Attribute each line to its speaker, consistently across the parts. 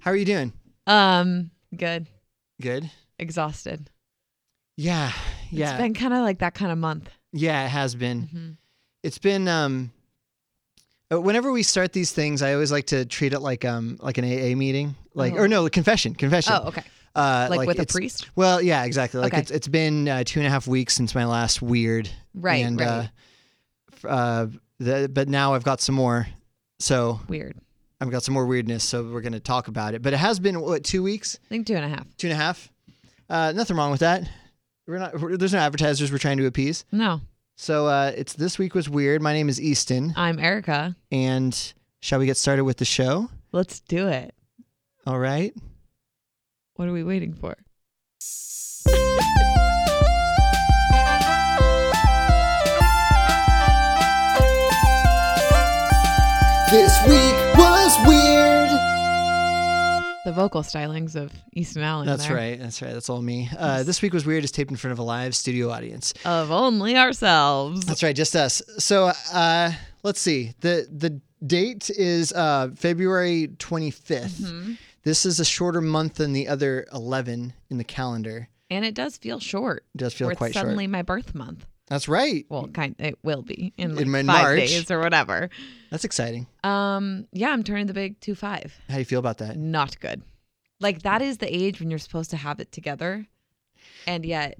Speaker 1: How are you doing?
Speaker 2: Um, good.
Speaker 1: Good.
Speaker 2: Exhausted.
Speaker 1: Yeah. Yeah. Mm-hmm.
Speaker 2: It's been kind of like that kind of month. Mm-hmm.
Speaker 1: Yeah, it has been. It's been um uh, whenever we start these things, I always like to treat it like um like an AA meeting. Like or no, confession, confession.
Speaker 2: Oh, okay.
Speaker 1: Uh,
Speaker 2: Like with a
Speaker 1: it's-
Speaker 2: priest?
Speaker 1: Well, yeah, exactly. Like
Speaker 2: Okay.
Speaker 1: it's it's been uh, two and a half weeks since my last weird.
Speaker 2: Right,
Speaker 1: And
Speaker 2: right.
Speaker 1: uh f- uh the, but now I've got some more. So
Speaker 2: Weird.
Speaker 1: I've got some more weirdness, so we're gonna talk about it. But it has been what, two weeks?
Speaker 2: I think two and a half.
Speaker 1: Two and a half? Uh nothing wrong with that. We're not we're, there's no advertisers we're trying to appease.
Speaker 2: No,
Speaker 1: So uh, it's this week was weird. My name is Easton,
Speaker 2: I'm Erica.
Speaker 1: and shall we get started with the show?
Speaker 2: Let's do it.
Speaker 1: All right.
Speaker 2: What are we waiting for?
Speaker 1: This week was weird.
Speaker 2: The vocal stylings of Easton Allen.
Speaker 1: That's
Speaker 2: there.
Speaker 1: right. That's right. That's all me. Uh, this week was weird is taped in front of a live studio audience.
Speaker 2: Of only ourselves.
Speaker 1: That's right, just us. So uh, let's see. the The date is uh, February twenty This is a shorter month than the other eleven in the calendar.
Speaker 2: and it does feel short.
Speaker 1: It does feel
Speaker 2: Or it's
Speaker 1: quite short.
Speaker 2: suddenly my birth month.
Speaker 1: That's right.
Speaker 2: Well, kind it will be in, like
Speaker 1: In
Speaker 2: five
Speaker 1: March.
Speaker 2: days or whatever.
Speaker 1: That's exciting.
Speaker 2: Um, yeah, I'm turning the big two five.
Speaker 1: How do you feel about that?
Speaker 2: Not good. Like that is the age when you're supposed to have it together, and yet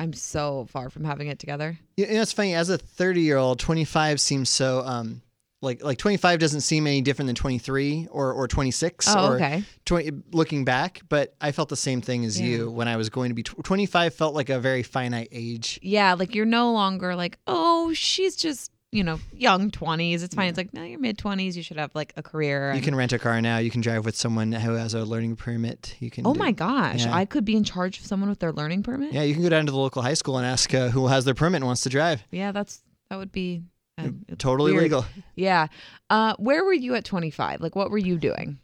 Speaker 2: I'm so far from having it together.
Speaker 1: You know, it's funny. As a thirty-year-old, twenty-five seems so um, like like twenty-five doesn't seem any different than twenty-three or or twenty-six.
Speaker 2: Oh,
Speaker 1: or
Speaker 2: okay.
Speaker 1: 20, looking back, but I felt the same thing as you when I was going to be tw- twenty-five. Felt like a very finite age.
Speaker 2: Yeah, like you're no longer like, oh, she's just you know young twenties. It's fine. It's like no, you're mid twenties. You should have like a career.
Speaker 1: You
Speaker 2: and-
Speaker 1: can rent a car now. You can drive with someone who has a learning permit. You can.
Speaker 2: oh
Speaker 1: do-
Speaker 2: my gosh,
Speaker 1: Yeah.
Speaker 2: I could be in charge of someone with their learning permit.
Speaker 1: Yeah, you can go down to the local high school and ask uh, who has their permit and wants to drive.
Speaker 2: Yeah, that's that would be uh,
Speaker 1: Totally
Speaker 2: weird.
Speaker 1: legal.
Speaker 2: Yeah. Uh, where were you at 25? Like, what were you doing?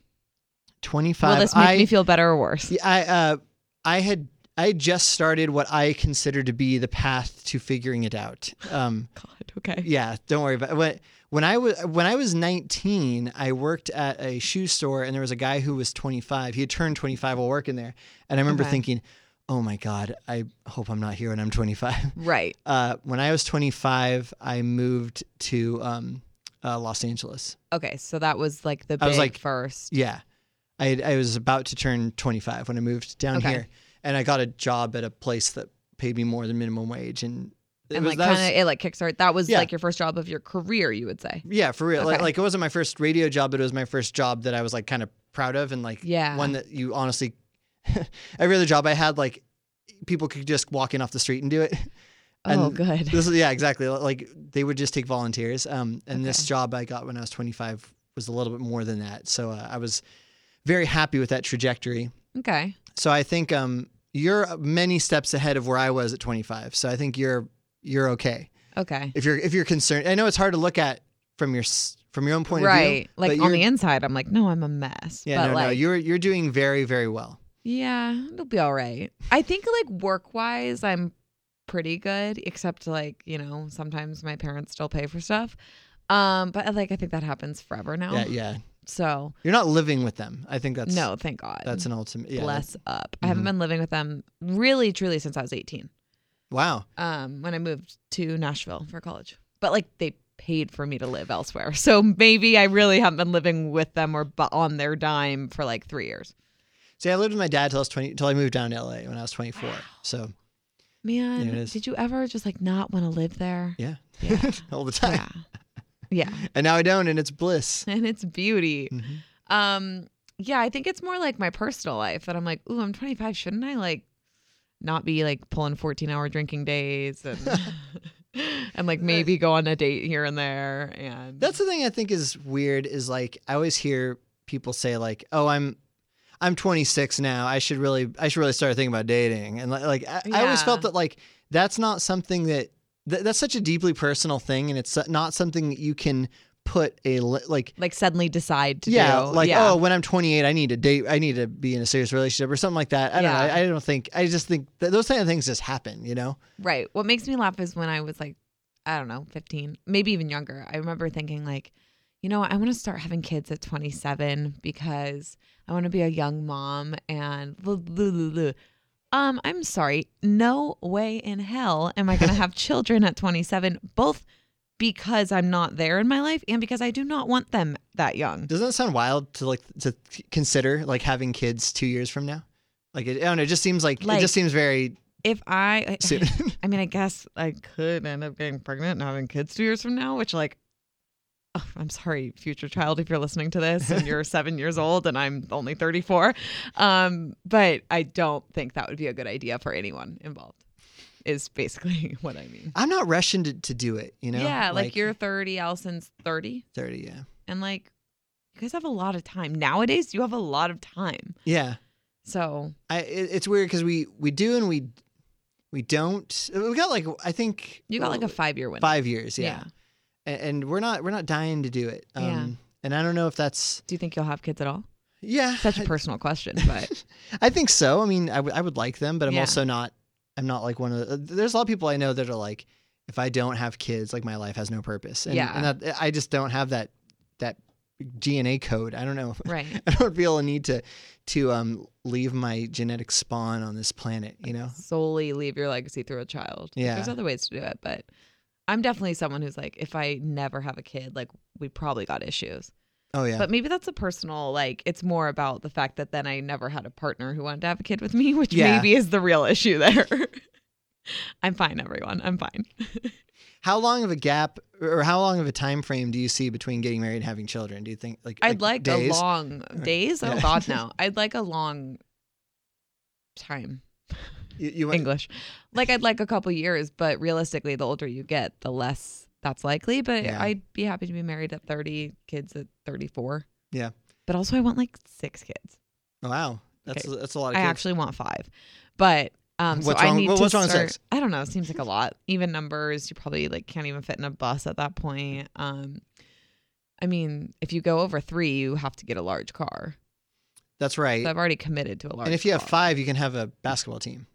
Speaker 1: Twenty-five.
Speaker 2: Will this make
Speaker 1: I,
Speaker 2: me feel better or worse?
Speaker 1: Yeah, I uh, I had I had just started what I consider to be the path to figuring it out. Um,
Speaker 2: God. Okay.
Speaker 1: yeah, don't worry about it. When, when I was when I was 19, I worked at a shoe store, and there was a guy who was 25. He had turned 25 while working there, and I remember
Speaker 2: Okay.
Speaker 1: thinking, "Oh my God, I hope I'm not here when I'm 25."
Speaker 2: Right.
Speaker 1: Uh, when I was 25, I moved to um, uh, Los Angeles.
Speaker 2: Okay. So that was like the big
Speaker 1: I was like-
Speaker 2: first.
Speaker 1: Yeah. I had- I was about to turn 25 when I moved down
Speaker 2: Okay.
Speaker 1: here and I got a job at a place that paid me more than minimum wage and it
Speaker 2: And
Speaker 1: was,
Speaker 2: like
Speaker 1: that
Speaker 2: kind
Speaker 1: was-
Speaker 2: of it like kickstart. That was
Speaker 1: Yeah.
Speaker 2: like your first job of your career, you would say.
Speaker 1: yeah, for real. Like,
Speaker 2: Okay.
Speaker 1: like it wasn't my first radio job, but it was my first job that I was like kind of proud of and like
Speaker 2: Yeah.
Speaker 1: one that you honestly every other job I had like people could just walk in off the street and do it.
Speaker 2: oh,
Speaker 1: And
Speaker 2: good.
Speaker 1: This is yeah, exactly. Like they would just take volunteers. Um, and this
Speaker 2: Okay.
Speaker 1: job I got when I was 25 was a little bit more than that. So uh, I was very happy with that trajectory.
Speaker 2: Okay.
Speaker 1: So I think um, you're many steps ahead of where I was at 25. So I think you're you're okay
Speaker 2: Okay.
Speaker 1: if you're if you're concerned. I know it's hard to look at from your s- from your own point of view.
Speaker 2: Right.
Speaker 1: but
Speaker 2: Like on
Speaker 1: you're-
Speaker 2: the inside, I'm like, no, I'm a mess.
Speaker 1: yeah,
Speaker 2: but
Speaker 1: no,
Speaker 2: like,
Speaker 1: no, you're you're doing very very well.
Speaker 2: yeah, it'll be all right. I think like work wise, I'm pretty good, except like, you know, sometimes my parents still pay for stuff. Um, but like I think that happens forever now.
Speaker 1: Yeah, yeah.
Speaker 2: So
Speaker 1: You're not living with them. I think that's
Speaker 2: no, thank God.
Speaker 1: That's an ultimate. Yeah, mm-hmm. that-
Speaker 2: bless up. I haven't been living with them really truly since I was 18.
Speaker 1: wow.
Speaker 2: Um when I moved to Nashville for college. But like they paid for me to live elsewhere. So maybe I really haven't been living with them or bu- on their dime for like 3 years.
Speaker 1: See, I lived with my dad till I was 20 till I moved down to LA when I was 24. So
Speaker 2: Man,
Speaker 1: There it is.
Speaker 2: did you ever just like not want to live there?
Speaker 1: yeah,
Speaker 2: Yeah.
Speaker 1: all the time.
Speaker 2: Yeah. yeah.
Speaker 1: And now I don't, and it's bliss.
Speaker 2: And it's beauty.
Speaker 1: Mhm.
Speaker 2: Um yeah, I think it's more like my personal life that I'm like, "Ooh, I'm 25, shouldn't I like not be like pulling 14-hour drinking days and and like maybe go on a date here and there and
Speaker 1: That's the thing I think is weird is like I always hear people say like, "Oh, I'm I'm 26 now. I should really I should really start thinking about dating." And like, like I, I always
Speaker 2: Yeah.
Speaker 1: felt that like that's not something that th- that's such a deeply personal thing, and it's not something that you can put a li- like.
Speaker 2: like suddenly decide to
Speaker 1: Yeah,
Speaker 2: do.
Speaker 1: like oh, when I'm 28, I need to date. I need to be in a serious relationship or something like that. I don't know.
Speaker 2: Yeah.
Speaker 1: I, I don't think. I just think that those kind of things just happen. You know.
Speaker 2: Right. What makes me laugh is when I was like, I don't know, 15, maybe even younger, I remember thinking, like, you know, I want to start having kids at 27 because I want to be a young mom and blah, blah, blah, blah. um I'm sorry, no way in hell am I going to have children at 27 both because I'm not there in my life and because I do not want them that young.
Speaker 1: Doesn't that sound wild to like to consider like having kids two years from now? Like it, I don't know. It just seems like,
Speaker 2: Like-
Speaker 1: it just seems very
Speaker 2: If I
Speaker 1: soon.
Speaker 2: I mean, I guess I could end up getting pregnant and having kids two years from now, which, like, oh, I'm sorry, future child, if you're listening to this and you're seven years old and I'm only 34. Um, but I don't think that would be a good idea for anyone involved, is basically what I mean.
Speaker 1: I'm not rushing to, to do it. You know.
Speaker 2: yeah, like, you're 30, Allison's 30.
Speaker 1: thirty. Yeah.
Speaker 2: And, like, you guys have a lot of time. Nowadays, you have a lot of time.
Speaker 1: Yeah.
Speaker 2: So,
Speaker 1: I it, it's weird because we we do and we we don't. We got like I think
Speaker 2: you got like a five year window.
Speaker 1: five years. Yeah. A- And, we're not we're not dying to do it. Um,
Speaker 2: Yeah.
Speaker 1: And I don't know if that's
Speaker 2: Do you think you'll have kids at all?
Speaker 1: yeah.
Speaker 2: Such a personal question, but
Speaker 1: I think so. I mean, I would- I would like them, but I'm
Speaker 2: Yeah.
Speaker 1: also not. I'm not like one of. The, uh, there's a lot of people I know that are like, if I don't have kids, like my life has no purpose. And,
Speaker 2: Yeah.
Speaker 1: And that, uh, I just don't have that that DNA code. I don't know.
Speaker 2: right.
Speaker 1: I don't feel a need to to um leave my genetic spawn on this planet. You know.
Speaker 2: solely leave your legacy through a child. Like,
Speaker 1: Uh-huh. Yeah.
Speaker 2: There's other ways to do it, but I'm definitely someone who's like, if I never have a kid, like we probably got issues.
Speaker 1: Oh yeah.
Speaker 2: But maybe that's a personal, like, it's more about the fact that then I never had a partner who wanted to have a kid with me, which
Speaker 1: Yeah.
Speaker 2: maybe is the real issue there. I'm fine, everyone. I'm fine.
Speaker 1: how long of a gap or how long of a time frame do you see between getting married and having children? Do you think like
Speaker 2: I'd like
Speaker 1: days?
Speaker 2: a long days. Oh
Speaker 1: Yeah.
Speaker 2: God, no. I'd like a long time.
Speaker 1: You, you want-
Speaker 2: English. Like I'd like a couple years, but realistically, the older you get, the less that's likely. But
Speaker 1: Yeah.
Speaker 2: I'd be happy to be married at 30, kids at 34.
Speaker 1: Yeah. Oh,
Speaker 2: But also, I want like six kids.
Speaker 1: Wow. That's
Speaker 2: Okay.
Speaker 1: that's a lot of
Speaker 2: I
Speaker 1: kids.
Speaker 2: actually want five, but um, so
Speaker 1: What's
Speaker 2: I
Speaker 1: wrong-
Speaker 2: need
Speaker 1: what-
Speaker 2: to
Speaker 1: what's wrong with
Speaker 2: start.
Speaker 1: six?
Speaker 2: I don't know. It seems like a lot. Even numbers, you probably like can't even fit in a bus at that point. Um, I mean, if you go over three, you have to get a large car.
Speaker 1: that's right.
Speaker 2: So I've already committed to a large.
Speaker 1: and if you have
Speaker 2: car.
Speaker 1: five, you can have a basketball team.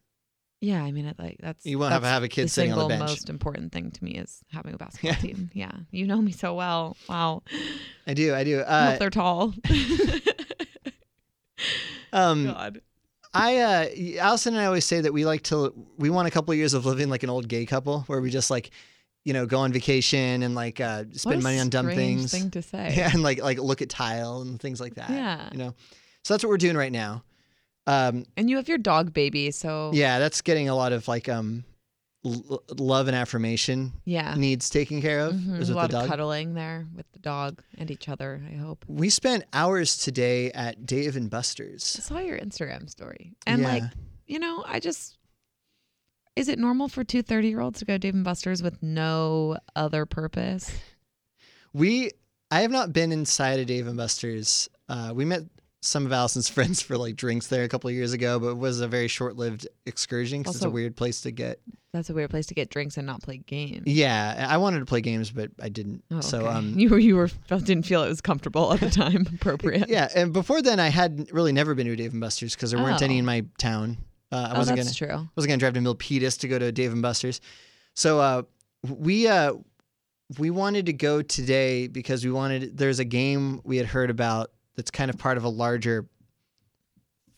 Speaker 2: Yeah, I mean, it, like that's
Speaker 1: You won't have
Speaker 2: that's
Speaker 1: have a kid
Speaker 2: the
Speaker 1: sitting on
Speaker 2: single
Speaker 1: the bench.
Speaker 2: most important thing to me is having a basketball
Speaker 1: Yeah.
Speaker 2: team. Yeah, you know me so well. Wow,
Speaker 1: I do. I do.
Speaker 2: I
Speaker 1: Uh, mm,
Speaker 2: hope they're tall.
Speaker 1: um,
Speaker 2: God,
Speaker 1: I, uh, Allison and I always say that we like to, we want a couple years of living like an old gay couple where we just like, you know, go on vacation and like uh,
Speaker 2: What a
Speaker 1: spend money on dumb things.
Speaker 2: strange Thing to say.
Speaker 1: Yeah, and like like look at tile and things like that.
Speaker 2: Yeah.
Speaker 1: You know, so that's what we're doing right now. Um,
Speaker 2: And you have your dog baby, so
Speaker 1: Yeah, that's getting a lot of like um l- love and affirmation
Speaker 2: yeah.
Speaker 1: needs taken care of.
Speaker 2: Mhm,
Speaker 1: is
Speaker 2: A
Speaker 1: with
Speaker 2: lot
Speaker 1: the
Speaker 2: of
Speaker 1: dog.
Speaker 2: cuddling there with the dog and each other. I hope.
Speaker 1: we spent hours today at Dave and
Speaker 2: I
Speaker 1: Buster's.
Speaker 2: saw your Instagram story, and
Speaker 1: Yeah.
Speaker 2: like you know, I just. Is it normal for two 30 year olds to go Dave and Buster's with no other purpose?
Speaker 1: we I have not been inside a Dave and Buster's. Uh, we met some of Allison's friends for like drinks there a couple of years ago, but it was a very short-lived excursion because it's a
Speaker 2: Also-
Speaker 1: weird place to get.
Speaker 2: That's a weird place to get drinks and not play games.
Speaker 1: Yeah, I wanted to play games, but I didn't.
Speaker 2: Oh,
Speaker 1: so
Speaker 2: okay.
Speaker 1: um,
Speaker 2: you were- you were felt- didn't feel it was comfortable at the time, appropriate.
Speaker 1: yeah, and before then I had really never been to a Dave and Buster's because there weren't
Speaker 2: Oh.
Speaker 1: any in my town. Uh, I
Speaker 2: oh,
Speaker 1: wasn't
Speaker 2: that's
Speaker 1: gonna.
Speaker 2: true.
Speaker 1: I wasn't gonna drive to Milpitas to go to Dave and Buster's. So uh, we uh, we wanted to go today because we wanted there's a game we had heard about that's kind of part of a larger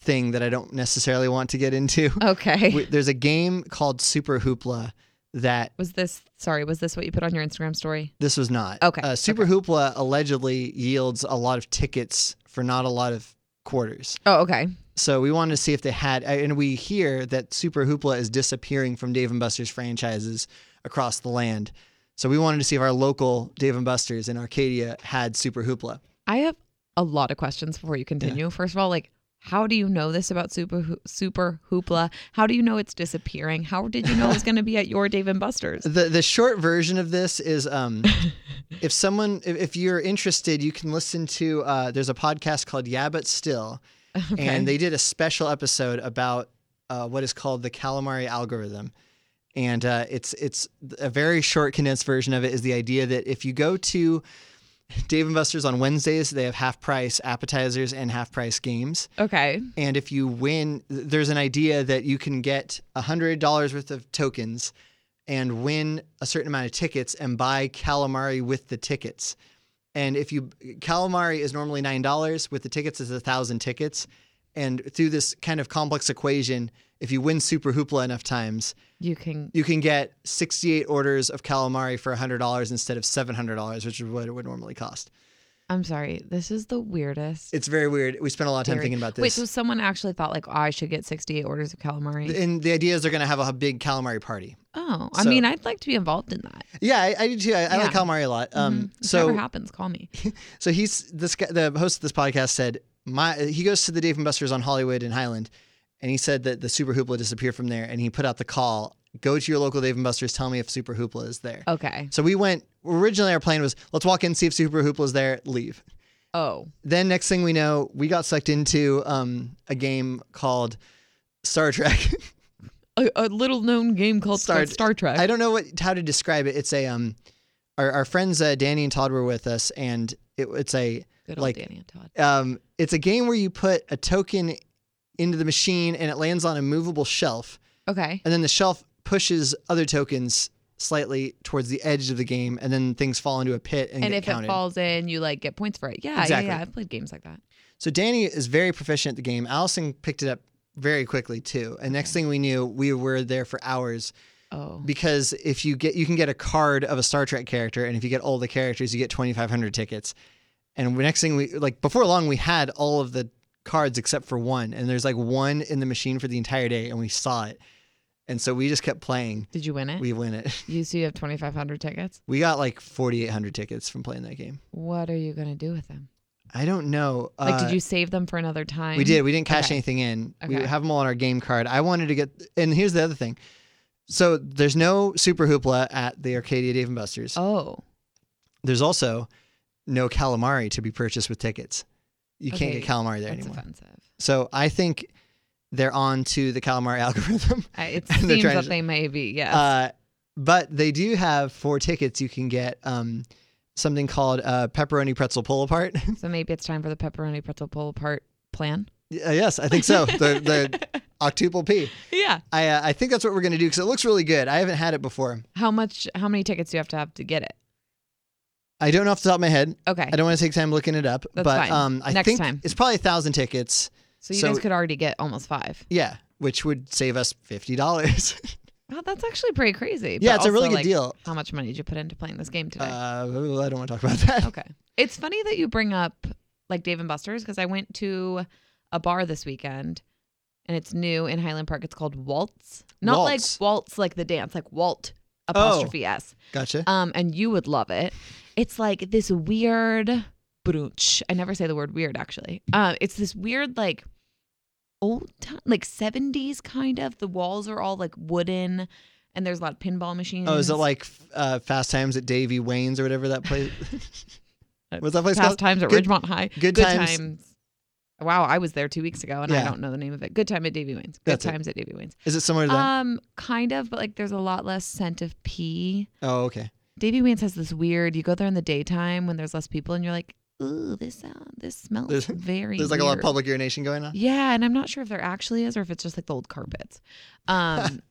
Speaker 1: thing that I don't necessarily want to get into.
Speaker 2: Okay.
Speaker 1: We- there's a game called Super Hoopla that
Speaker 2: was this sorry? Was this what you put on your Instagram story?
Speaker 1: this was not.
Speaker 2: Okay,
Speaker 1: Uh, Super Hoopla allegedly yields a lot of tickets for not a lot of quarters.
Speaker 2: Oh, okay.
Speaker 1: So we wanted to see if they had, and we hear that Super Hoopla is disappearing from Dave and Buster's franchises across the land. So we wanted to see if our local Dave and Buster's in Arcadia had Super Hoopla.
Speaker 2: I have a lot of questions before you continue. First of all, like. How do you know this about Super Hoo- Super Hoopla? How do you know it's disappearing? How did you know it was going to be at your Dave and Buster's?
Speaker 1: The the short version of this is, um, if someone, if, if you're interested, you can listen to. Uh, there's a podcast called Yeah, but Still, and they did a special episode about uh, what is called the calamari algorithm. and uh, it's it's a very short condensed version of it is the idea that if you go to Dave and Buster's on Wednesdays, they have half price appetizers and half price games.
Speaker 2: Okay.
Speaker 1: And if you win, th- there's an idea that you can get $100 worth of tokens and win a certain amount of tickets and buy calamari with the tickets. And if you calamari is normally nine dollars, with the tickets is a thousand tickets. And through this kind of complex equation, if you win Super Hoopla enough times,
Speaker 2: You can.
Speaker 1: you can get 68 orders of calamari for $100 instead of $700, which is what it would normally cost.
Speaker 2: I'm sorry. This is the weirdest.
Speaker 1: It's very weird. We spent a lot of time
Speaker 2: theory.
Speaker 1: thinking about
Speaker 2: Wait,
Speaker 1: this.
Speaker 2: so someone actually thought like, oh, I should get 68 orders of calamari.
Speaker 1: and the idea is they're going to have a big calamari party.
Speaker 2: oh, I
Speaker 1: so-
Speaker 2: mean, I'd like to be involved in that.
Speaker 1: Yeah, I, I do too. I, I like
Speaker 2: Yeah.
Speaker 1: calamari a lot. Um,
Speaker 2: Mhm. If it
Speaker 1: So
Speaker 2: ever happens, call me.
Speaker 1: So he's this guy, the host of this podcast said my he goes to the Dave and Buster's on Hollywood and Highland, and he said that the Super Hoopla disappeared from there, and he put out the call: go to your local Dave and Buster's, tell me if Super Hoopla is there.
Speaker 2: Okay.
Speaker 1: So we went. Originally, our plan was let's walk in, see if Super Hoopla is there, leave.
Speaker 2: Oh,
Speaker 1: Then next thing we know, we got sucked into um, a game called Star Trek.
Speaker 2: a, a little known game called
Speaker 1: Star-
Speaker 2: Star, Star Trek.
Speaker 1: I don't know what how to describe it. It's a um, our, our friends uh, Danny and Todd were with us, and it, it's a
Speaker 2: Good old
Speaker 1: like-
Speaker 2: Danny and Todd.
Speaker 1: um, it's a game where you put a token into the machine and it lands on a movable shelf,
Speaker 2: Okay.
Speaker 1: and then the shelf pushes other tokens slightly towards the edge of the game, and then things fall into a pit and,
Speaker 2: And
Speaker 1: get
Speaker 2: if
Speaker 1: counted.
Speaker 2: it falls in, you like get points for it. Yeah,
Speaker 1: Exactly.
Speaker 2: yeah, yeah. I've played games like that.
Speaker 1: so Danny is very proficient at the game. Allison picked it up very quickly too, and next thing we knew, we were there for hours
Speaker 2: Oh.
Speaker 1: because if you get you can get a card of a Star Trek character, and if you get all the characters, you get twenty five hundred tickets. And the next thing we like before long, we had all of the cards except for one, and there's like one in the machine for the entire day, and we saw it, and so we just kept playing.
Speaker 2: Did you win it?
Speaker 1: We win it.
Speaker 2: you so you have 2,500 tickets.
Speaker 1: We got like forty eight hundred tickets from playing that game.
Speaker 2: What are you going to do with them?
Speaker 1: I don't know.
Speaker 2: Like,
Speaker 1: Uh,
Speaker 2: did you save them for another time?
Speaker 1: We did. We didn't cash
Speaker 2: Okay.
Speaker 1: anything in. We
Speaker 2: Okay.
Speaker 1: have them all on our game card. I wanted to get, and here's the other thing. So there's no Super Hoopla at the Arcadia Dave and Buster's.
Speaker 2: Oh.
Speaker 1: there's also no calamari to be purchased with tickets. You can't
Speaker 2: Okay,
Speaker 1: get calamari there
Speaker 2: That's
Speaker 1: anymore.
Speaker 2: offensive.
Speaker 1: So I think they're on to the calamari algorithm.
Speaker 2: I, it
Speaker 1: They're
Speaker 2: seems
Speaker 1: trying
Speaker 2: that
Speaker 1: to-
Speaker 2: they may be. Yes.
Speaker 1: Uh, but they do have four tickets you can get um, something called uh, pepperoni pretzel pull apart. Uh,
Speaker 2: so maybe it's time for the pepperoni pretzel pull apart plan.
Speaker 1: yes, I think so. the, the octuple P.
Speaker 2: yeah.
Speaker 1: I, uh, I think that's what we're going to do because it looks really good. I haven't had it before.
Speaker 2: How much? How many tickets do you have to have to get it?
Speaker 1: I don't know off the top of my head.
Speaker 2: Okay.
Speaker 1: I don't want to take time looking it up,
Speaker 2: That's
Speaker 1: but
Speaker 2: fine.
Speaker 1: um, I
Speaker 2: Next
Speaker 1: think
Speaker 2: time.
Speaker 1: it's probably a thousand tickets.
Speaker 2: So you
Speaker 1: so-
Speaker 2: guys could already get almost five.
Speaker 1: Yeah, which would save us fifty dollars.
Speaker 2: Wow, that's actually pretty crazy.
Speaker 1: yeah,
Speaker 2: but
Speaker 1: it's a really
Speaker 2: also,
Speaker 1: good
Speaker 2: like,
Speaker 1: deal.
Speaker 2: How much money did you put into playing this game today?
Speaker 1: Uh, I don't want to talk about that.
Speaker 2: okay. It's funny that you bring up like Dave and Buster's because I went to a bar this weekend and it's new in Highland Park. It's called Waltz. Not
Speaker 1: Waltz.
Speaker 2: like waltz like the dance, like Walt apostrophe S.
Speaker 1: Gotcha.
Speaker 2: Um, and you would love it. It's like this weird brunch. I never say the word weird actually. Um, it's this weird like old time like 70s kind of. The walls are all like wooden and there's a lot of pinball machines.
Speaker 1: oh, is it like uh, Fast Times at Davy Wayne's or whatever that place? What's that place
Speaker 2: Past
Speaker 1: called?
Speaker 2: times at
Speaker 1: Good-
Speaker 2: Ridgemont High.
Speaker 1: Good Times.
Speaker 2: Wow, I was there two weeks ago, and
Speaker 1: Yeah.
Speaker 2: I don't know the name of it. Good time at Davy Wayne's. Good
Speaker 1: That's it.
Speaker 2: times at Davy Wayne's.
Speaker 1: Is it somewhere there?
Speaker 2: Um, kind of, but like there's a lot less scent of pee.
Speaker 1: oh, okay.
Speaker 2: Davy Wayne's has this weird. You go there in the daytime when there's less people, and you're like, ooh, this sound, this smells
Speaker 1: There's-
Speaker 2: very.
Speaker 1: There's like a lot of
Speaker 2: weird."
Speaker 1: public urination going on.
Speaker 2: Yeah, and I'm not sure if there actually is or if it's just like the old carpets. Um,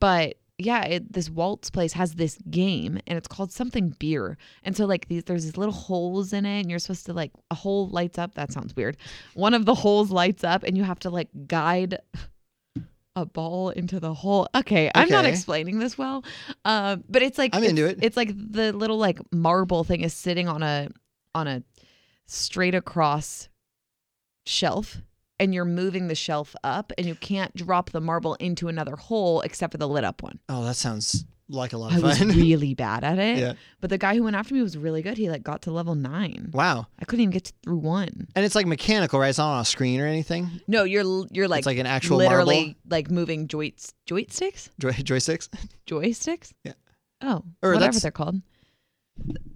Speaker 2: but yeah, it, this waltz place has this game and it's called something beer. And so like these, there's these little holes in it, and you're supposed to like a hole lights up. That sounds weird. One of the holes lights up, and you have to like guide a ball into the hole. Okay, I'm not
Speaker 1: Okay.
Speaker 2: explaining this well, um, but it's like
Speaker 1: I'm
Speaker 2: it's,
Speaker 1: into it.
Speaker 2: It's like the little like marble thing is sitting on a on a straight across shelf and you're moving the shelf up and you can't drop the marble into another hole except for the lit up one.
Speaker 1: Oh, that sounds like a lot
Speaker 2: I
Speaker 1: of
Speaker 2: was
Speaker 1: fun.
Speaker 2: really bad at it.
Speaker 1: Oh, Yeah.
Speaker 2: But the guy who went after me was really good. He like got to level 9.
Speaker 1: wow.
Speaker 2: I couldn't even get to, through one.
Speaker 1: And it's like mechanical, right? It's not on a screen or anything.
Speaker 2: No, you're l- you're like,
Speaker 1: it's like an actual
Speaker 2: literally
Speaker 1: marble
Speaker 2: like moving joints joysticks?
Speaker 1: joy- joysticks.
Speaker 2: Joysticks?
Speaker 1: Yeah.
Speaker 2: Oh,
Speaker 1: Or
Speaker 2: whatever
Speaker 1: that's-
Speaker 2: they're called.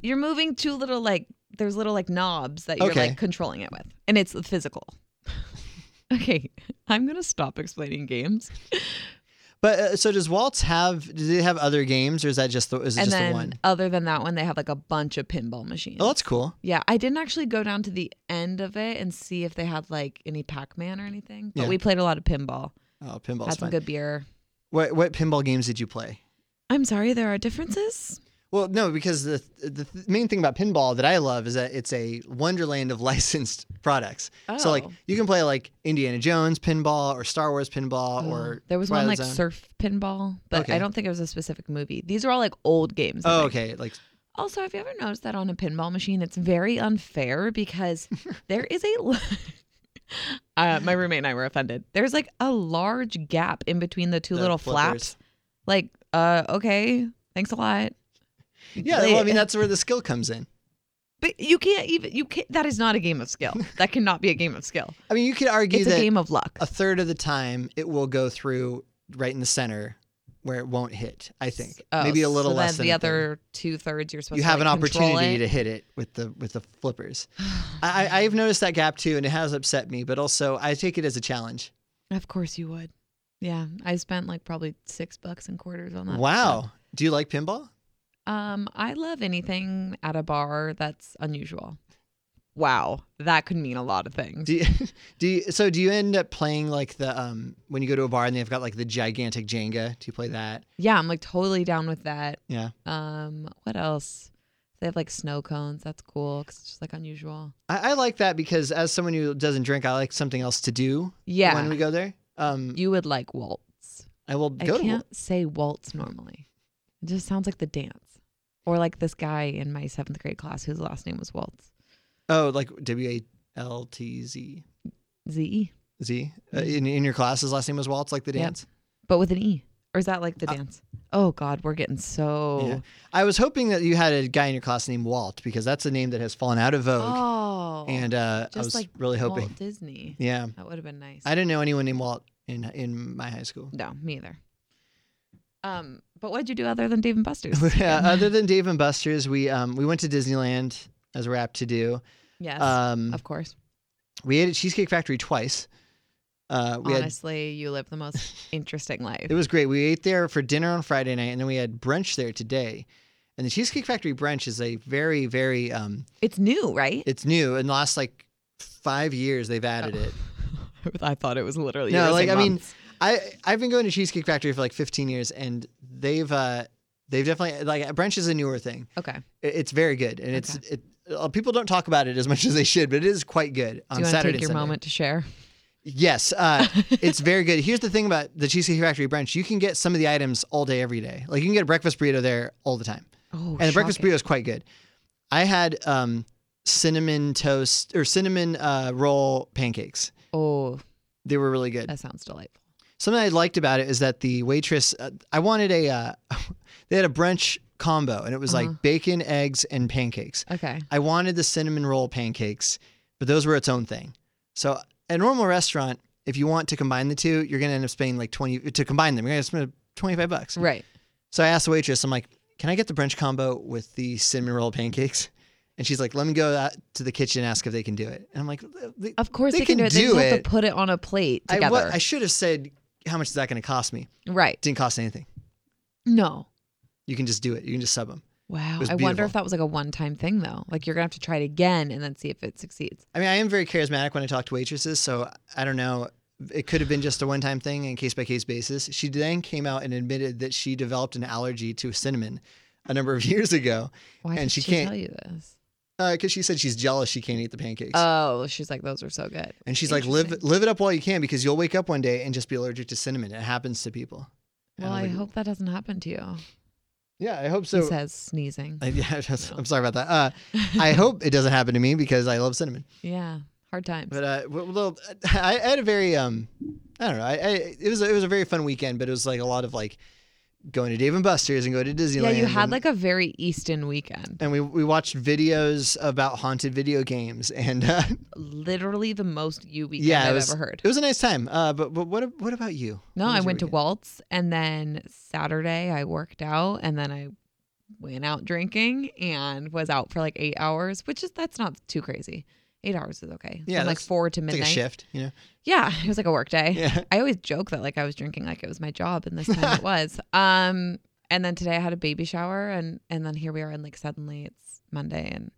Speaker 2: You're moving two little like there's little like knobs that you're
Speaker 1: Okay.
Speaker 2: like controlling it with. And it's physical. okay, I'm going to stop explaining games.
Speaker 1: But uh, so does Waltz have? Do they have other games, or is that just the? Is it
Speaker 2: and
Speaker 1: just
Speaker 2: then
Speaker 1: the one?
Speaker 2: other than that one they have like a bunch of pinball machines
Speaker 1: Oh, that's cool.
Speaker 2: yeah i didn't actually go down to the end of it and see if they had like any pac-man or anything but
Speaker 1: Yeah.
Speaker 2: we played a lot of pinball
Speaker 1: Oh, pinball's
Speaker 2: had some
Speaker 1: fun.
Speaker 2: good beer
Speaker 1: What what pinball games did you play?
Speaker 2: i'm sorry there are differences
Speaker 1: Well, no, because the the th- main thing about pinball that I love is that it's a wonderland of licensed products. So like
Speaker 2: Oh.
Speaker 1: you can play like Indiana Jones pinball or Star Wars pinball
Speaker 2: Oh,
Speaker 1: or
Speaker 2: there was one
Speaker 1: Twilight
Speaker 2: like
Speaker 1: Zone.
Speaker 2: surf pinball, but
Speaker 1: Okay.
Speaker 2: I don't think it was a specific movie. These are all like old games. that
Speaker 1: Oh,
Speaker 2: I-
Speaker 1: okay. Like
Speaker 2: Also, have you ever noticed that on a pinball machine, it's very unfair because there is a. l- uh, my roommate and I were offended. There's like a large gap in between the two
Speaker 1: The
Speaker 2: little
Speaker 1: flippers.
Speaker 2: flaps. Like, uh, okay, thanks a lot.
Speaker 1: yeah,
Speaker 2: Play
Speaker 1: well, I mean
Speaker 2: it.
Speaker 1: that's where the skill comes in.
Speaker 2: but you can't even you can't. That is not a game of skill. That cannot be a game of skill.
Speaker 1: I mean you could argue
Speaker 2: It's a
Speaker 1: that
Speaker 2: game of luck.
Speaker 1: a third of the time it will go through right in the center where it won't hit. I think
Speaker 2: Oh,
Speaker 1: maybe a little
Speaker 2: so
Speaker 1: less.
Speaker 2: Then
Speaker 1: than
Speaker 2: the
Speaker 1: a third.
Speaker 2: other two thirds, you're supposed
Speaker 1: you
Speaker 2: to
Speaker 1: have
Speaker 2: like,
Speaker 1: an
Speaker 2: control
Speaker 1: opportunity
Speaker 2: it.
Speaker 1: to hit it with the with the flippers. I, I- I've noticed that gap too, and it has upset me. But also, I take it as a challenge.
Speaker 2: Of course you would. Yeah, I spent like probably six bucks and quarters on that.
Speaker 1: wow, do you like pinball?
Speaker 2: So, Um, I love anything at a bar that's unusual. Wow, that could mean a lot of things.
Speaker 1: Do you, do you, so? Do you end up playing like the um when you go to a bar and they've got like the gigantic Jenga? Do you play that?
Speaker 2: yeah, I'm like totally down with that.
Speaker 1: Yeah.
Speaker 2: Um, what else? They have like snow cones. That's cool because it's just like unusual.
Speaker 1: I, I like that because as someone who doesn't drink, I like something else to do
Speaker 2: Yeah,
Speaker 1: when we go there. Um,
Speaker 2: you would like waltz.
Speaker 1: I will
Speaker 2: I
Speaker 1: go to.
Speaker 2: can't say waltz normally. It just sounds like the dance, or like this guy in my seventh grade class whose last name was Waltz.
Speaker 1: Oh, like W A L T Z
Speaker 2: Z. E.
Speaker 1: Z. Uh,
Speaker 2: Mm.
Speaker 1: in in your class, his last name was Waltz, like the
Speaker 2: Yep.
Speaker 1: dance.
Speaker 2: but with an E. Or is that like the
Speaker 1: Uh,
Speaker 2: dance? Oh God, we're getting so.
Speaker 1: Yeah. I was hoping that you had a guy in your class named Walt because that's a name that has fallen out of vogue,
Speaker 2: Oh.
Speaker 1: and uh, I
Speaker 2: just
Speaker 1: was
Speaker 2: like
Speaker 1: really hoping.
Speaker 2: Walt Disney.
Speaker 1: Yeah,
Speaker 2: That would have been nice.
Speaker 1: I didn't know anyone named Walt in in my high school.
Speaker 2: no, me either. Um, but what'd you do other than Dave and Buster's?
Speaker 1: yeah, other than Dave and Buster's, we um we went to Disneyland as we're apt to do.
Speaker 2: yes,
Speaker 1: Um,
Speaker 2: of course.
Speaker 1: we ate at Cheesecake Factory twice. Uh,
Speaker 2: Oh,
Speaker 1: we had
Speaker 2: Honestly, you live the most interesting life.
Speaker 1: it was great. We ate there for dinner on Friday night, and then we had brunch there today. And the Cheesecake Factory brunch is a very very um
Speaker 2: It's new, right?
Speaker 1: it's new in the last like five years they've added it.
Speaker 2: I thought it was literally.
Speaker 1: No,
Speaker 2: years and
Speaker 1: like, I mean,
Speaker 2: months.
Speaker 1: I I've been going to Cheesecake Factory for like 15 years, and they've uh they've definitely like brunch is a newer thing.
Speaker 2: okay.
Speaker 1: I- It's very good, and it's it. Uh, people don't talk about it as much as they should, but it is quite good
Speaker 2: Do
Speaker 1: on
Speaker 2: you want to
Speaker 1: Saturday.
Speaker 2: take your
Speaker 1: and Sunday.
Speaker 2: moment to share?
Speaker 1: Yes, uh, it's very good. Here's the thing about the Cheesecake Factory brunch: you can get some of the items all day, every day. Like you can get a breakfast burrito there all the time,
Speaker 2: Oh,
Speaker 1: and the breakfast
Speaker 2: shocking.
Speaker 1: burrito is quite good. I had um, cinnamon toast or cinnamon uh, roll pancakes.
Speaker 2: Oh,
Speaker 1: They were really good.
Speaker 2: that sounds delightful.
Speaker 1: Something I liked about it is that the waitress, uh, I wanted a, uh, they had a brunch combo and it was
Speaker 2: Uh-huh.
Speaker 1: like bacon, eggs, and pancakes.
Speaker 2: Okay.
Speaker 1: I wanted the cinnamon roll pancakes, but those were its own thing. So at a normal restaurant, if you want to combine the two, you're going to end up spending like 20, to combine them, you're going to spend 25 bucks.
Speaker 2: Right.
Speaker 1: So I asked the waitress, I'm like, can I get the brunch combo with the cinnamon roll pancakes? And she's like, let me go out to the kitchen and ask if they can do it. And I'm like, "They-
Speaker 2: Of course
Speaker 1: They
Speaker 2: they, can,
Speaker 1: can
Speaker 2: do it. They
Speaker 1: do
Speaker 2: just have
Speaker 1: it.
Speaker 2: to put it on a plate
Speaker 1: I,
Speaker 2: together.
Speaker 1: what, I should have said, how much is that going to cost me?
Speaker 2: right.
Speaker 1: Didn't cost anything.
Speaker 2: No.
Speaker 1: You can just do it. You can just sub them.
Speaker 2: Wow.
Speaker 1: was
Speaker 2: I wonder
Speaker 1: beautiful.
Speaker 2: if that was like a one time thing though. Like you're gonna have to try it again and then see if it succeeds.
Speaker 1: I mean, I am very charismatic when I talk to waitresses, so I don't know. It could have been just a one time thing in case by case basis. She then came out and admitted that she developed an allergy to cinnamon a number of years ago
Speaker 2: Why
Speaker 1: And
Speaker 2: did
Speaker 1: she
Speaker 2: she,
Speaker 1: can't-
Speaker 2: tell you this?
Speaker 1: because she said she's jealous she can't eat the pancakes.
Speaker 2: Oh, she's like, those are so good.
Speaker 1: and she's like, live,
Speaker 2: interesting.
Speaker 1: live it up while you can because you'll wake up one day and just be allergic to cinnamon. It happens to people. And
Speaker 2: Well,
Speaker 1: I'm
Speaker 2: I
Speaker 1: like,
Speaker 2: hope that doesn't happen to you.
Speaker 1: Yeah, I hope so.
Speaker 2: She says sneezing.
Speaker 1: I, yeah, I just- I'm sorry about that. Uh, I hope it doesn't happen to me because I love cinnamon.
Speaker 2: yeah. Hard times.
Speaker 1: But uh, w- well, I I had a very um, I don't know. I, I it was it was a very fun weekend, but it was like a lot of like going to Dave and Buster's and go to Disneyland.
Speaker 2: yeah, you had
Speaker 1: and,
Speaker 2: like a very Easton weekend.
Speaker 1: and we we watched videos about haunted video games, and uh,
Speaker 2: Literally the most you weekend
Speaker 1: yeah, it
Speaker 2: I've
Speaker 1: was,
Speaker 2: ever heard.
Speaker 1: It was a nice time. Uh, but but what what about you? What
Speaker 2: No,
Speaker 1: was
Speaker 2: I
Speaker 1: your
Speaker 2: went to
Speaker 1: weekend?
Speaker 2: Waltz and then Saturday I worked out and then I went out drinking and was out for like eight hours, which is that's not too crazy. Eight hours is okay.
Speaker 1: Yeah,
Speaker 2: From like
Speaker 1: that's-
Speaker 2: four to
Speaker 1: It's
Speaker 2: midnight.
Speaker 1: like a shift, you know.
Speaker 2: Yeah, it was like a work day.
Speaker 1: Yeah.
Speaker 2: I always joke that like I was drinking like it was my job and this time it was. Um and then today I had a baby shower and and then here we are and like suddenly it's Monday and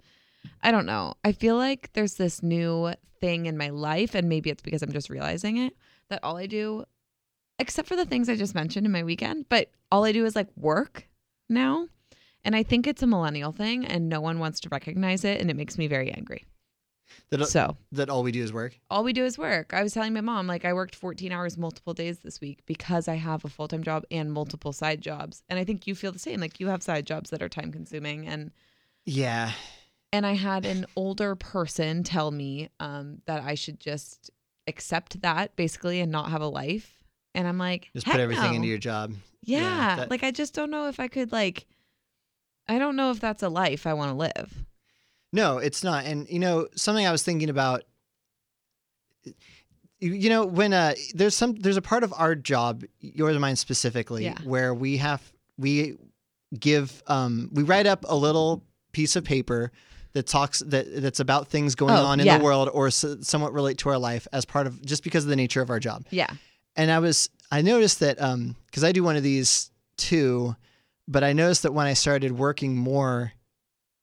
Speaker 2: I don't know. I feel like there's this new thing in my life and maybe it's because I'm just realizing it that all I do except for the things I just mentioned in my weekend, but all I do is like work now And I think it's a millennial thing and no one wants to recognize it and it makes me very angry.
Speaker 1: That,
Speaker 2: So,
Speaker 1: that all we do is work.
Speaker 2: all we do is work. I was telling my mom like I worked 14 hours multiple days this week because I have a full-time job and multiple side jobs. And I think you feel the same. Like you have side jobs that are time consuming and
Speaker 1: Yeah.
Speaker 2: and I had an older person tell me um, that I should just accept that basically and not have a life. And I'm like,
Speaker 1: Just
Speaker 2: "Heck
Speaker 1: put everything
Speaker 2: no."
Speaker 1: into your job.
Speaker 2: yeah.
Speaker 1: that-
Speaker 2: Like I just don't know if I could like. I don't know if that's a life I want to live.
Speaker 1: No, it's not. And you know, something I was thinking about you, you know, when uh there's some there's a part of our job, yours and mine specifically,
Speaker 2: Yeah.
Speaker 1: where we have we give um we write up a little piece of paper that talks that that's about things going
Speaker 2: Oh,
Speaker 1: on in
Speaker 2: yeah.
Speaker 1: the world or s somewhat relate to our life as part of just because of the nature of our job.
Speaker 2: Yeah.
Speaker 1: and I was I noticed that um because I do one of these too, but I noticed that when I started working more,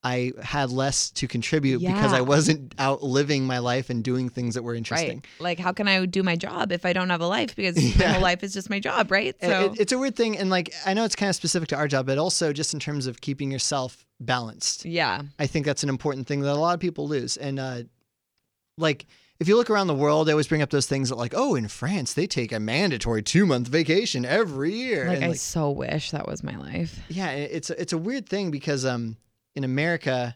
Speaker 1: I had less to contribute because
Speaker 2: Yeah.
Speaker 1: I wasn't out living my life and doing things that were interesting.
Speaker 2: Right. Like, how can I do my job if I don't have a life? Because my
Speaker 1: Yeah.
Speaker 2: whole life is just my job, right?
Speaker 1: And
Speaker 2: So,
Speaker 1: it- it's a weird thing, and like I know it's kind of specific to our job, but also just in terms of keeping yourself balanced.
Speaker 2: yeah.
Speaker 1: I think that's an important thing that a lot of people lose. And uh, like, if you look around the world, they always bring up those things that like, oh, in France they take a mandatory two month vacation every year.
Speaker 2: Like,
Speaker 1: And,
Speaker 2: I
Speaker 1: like,
Speaker 2: so wish that was my life.
Speaker 1: Yeah, i- it's a, it's a weird thing because um in America,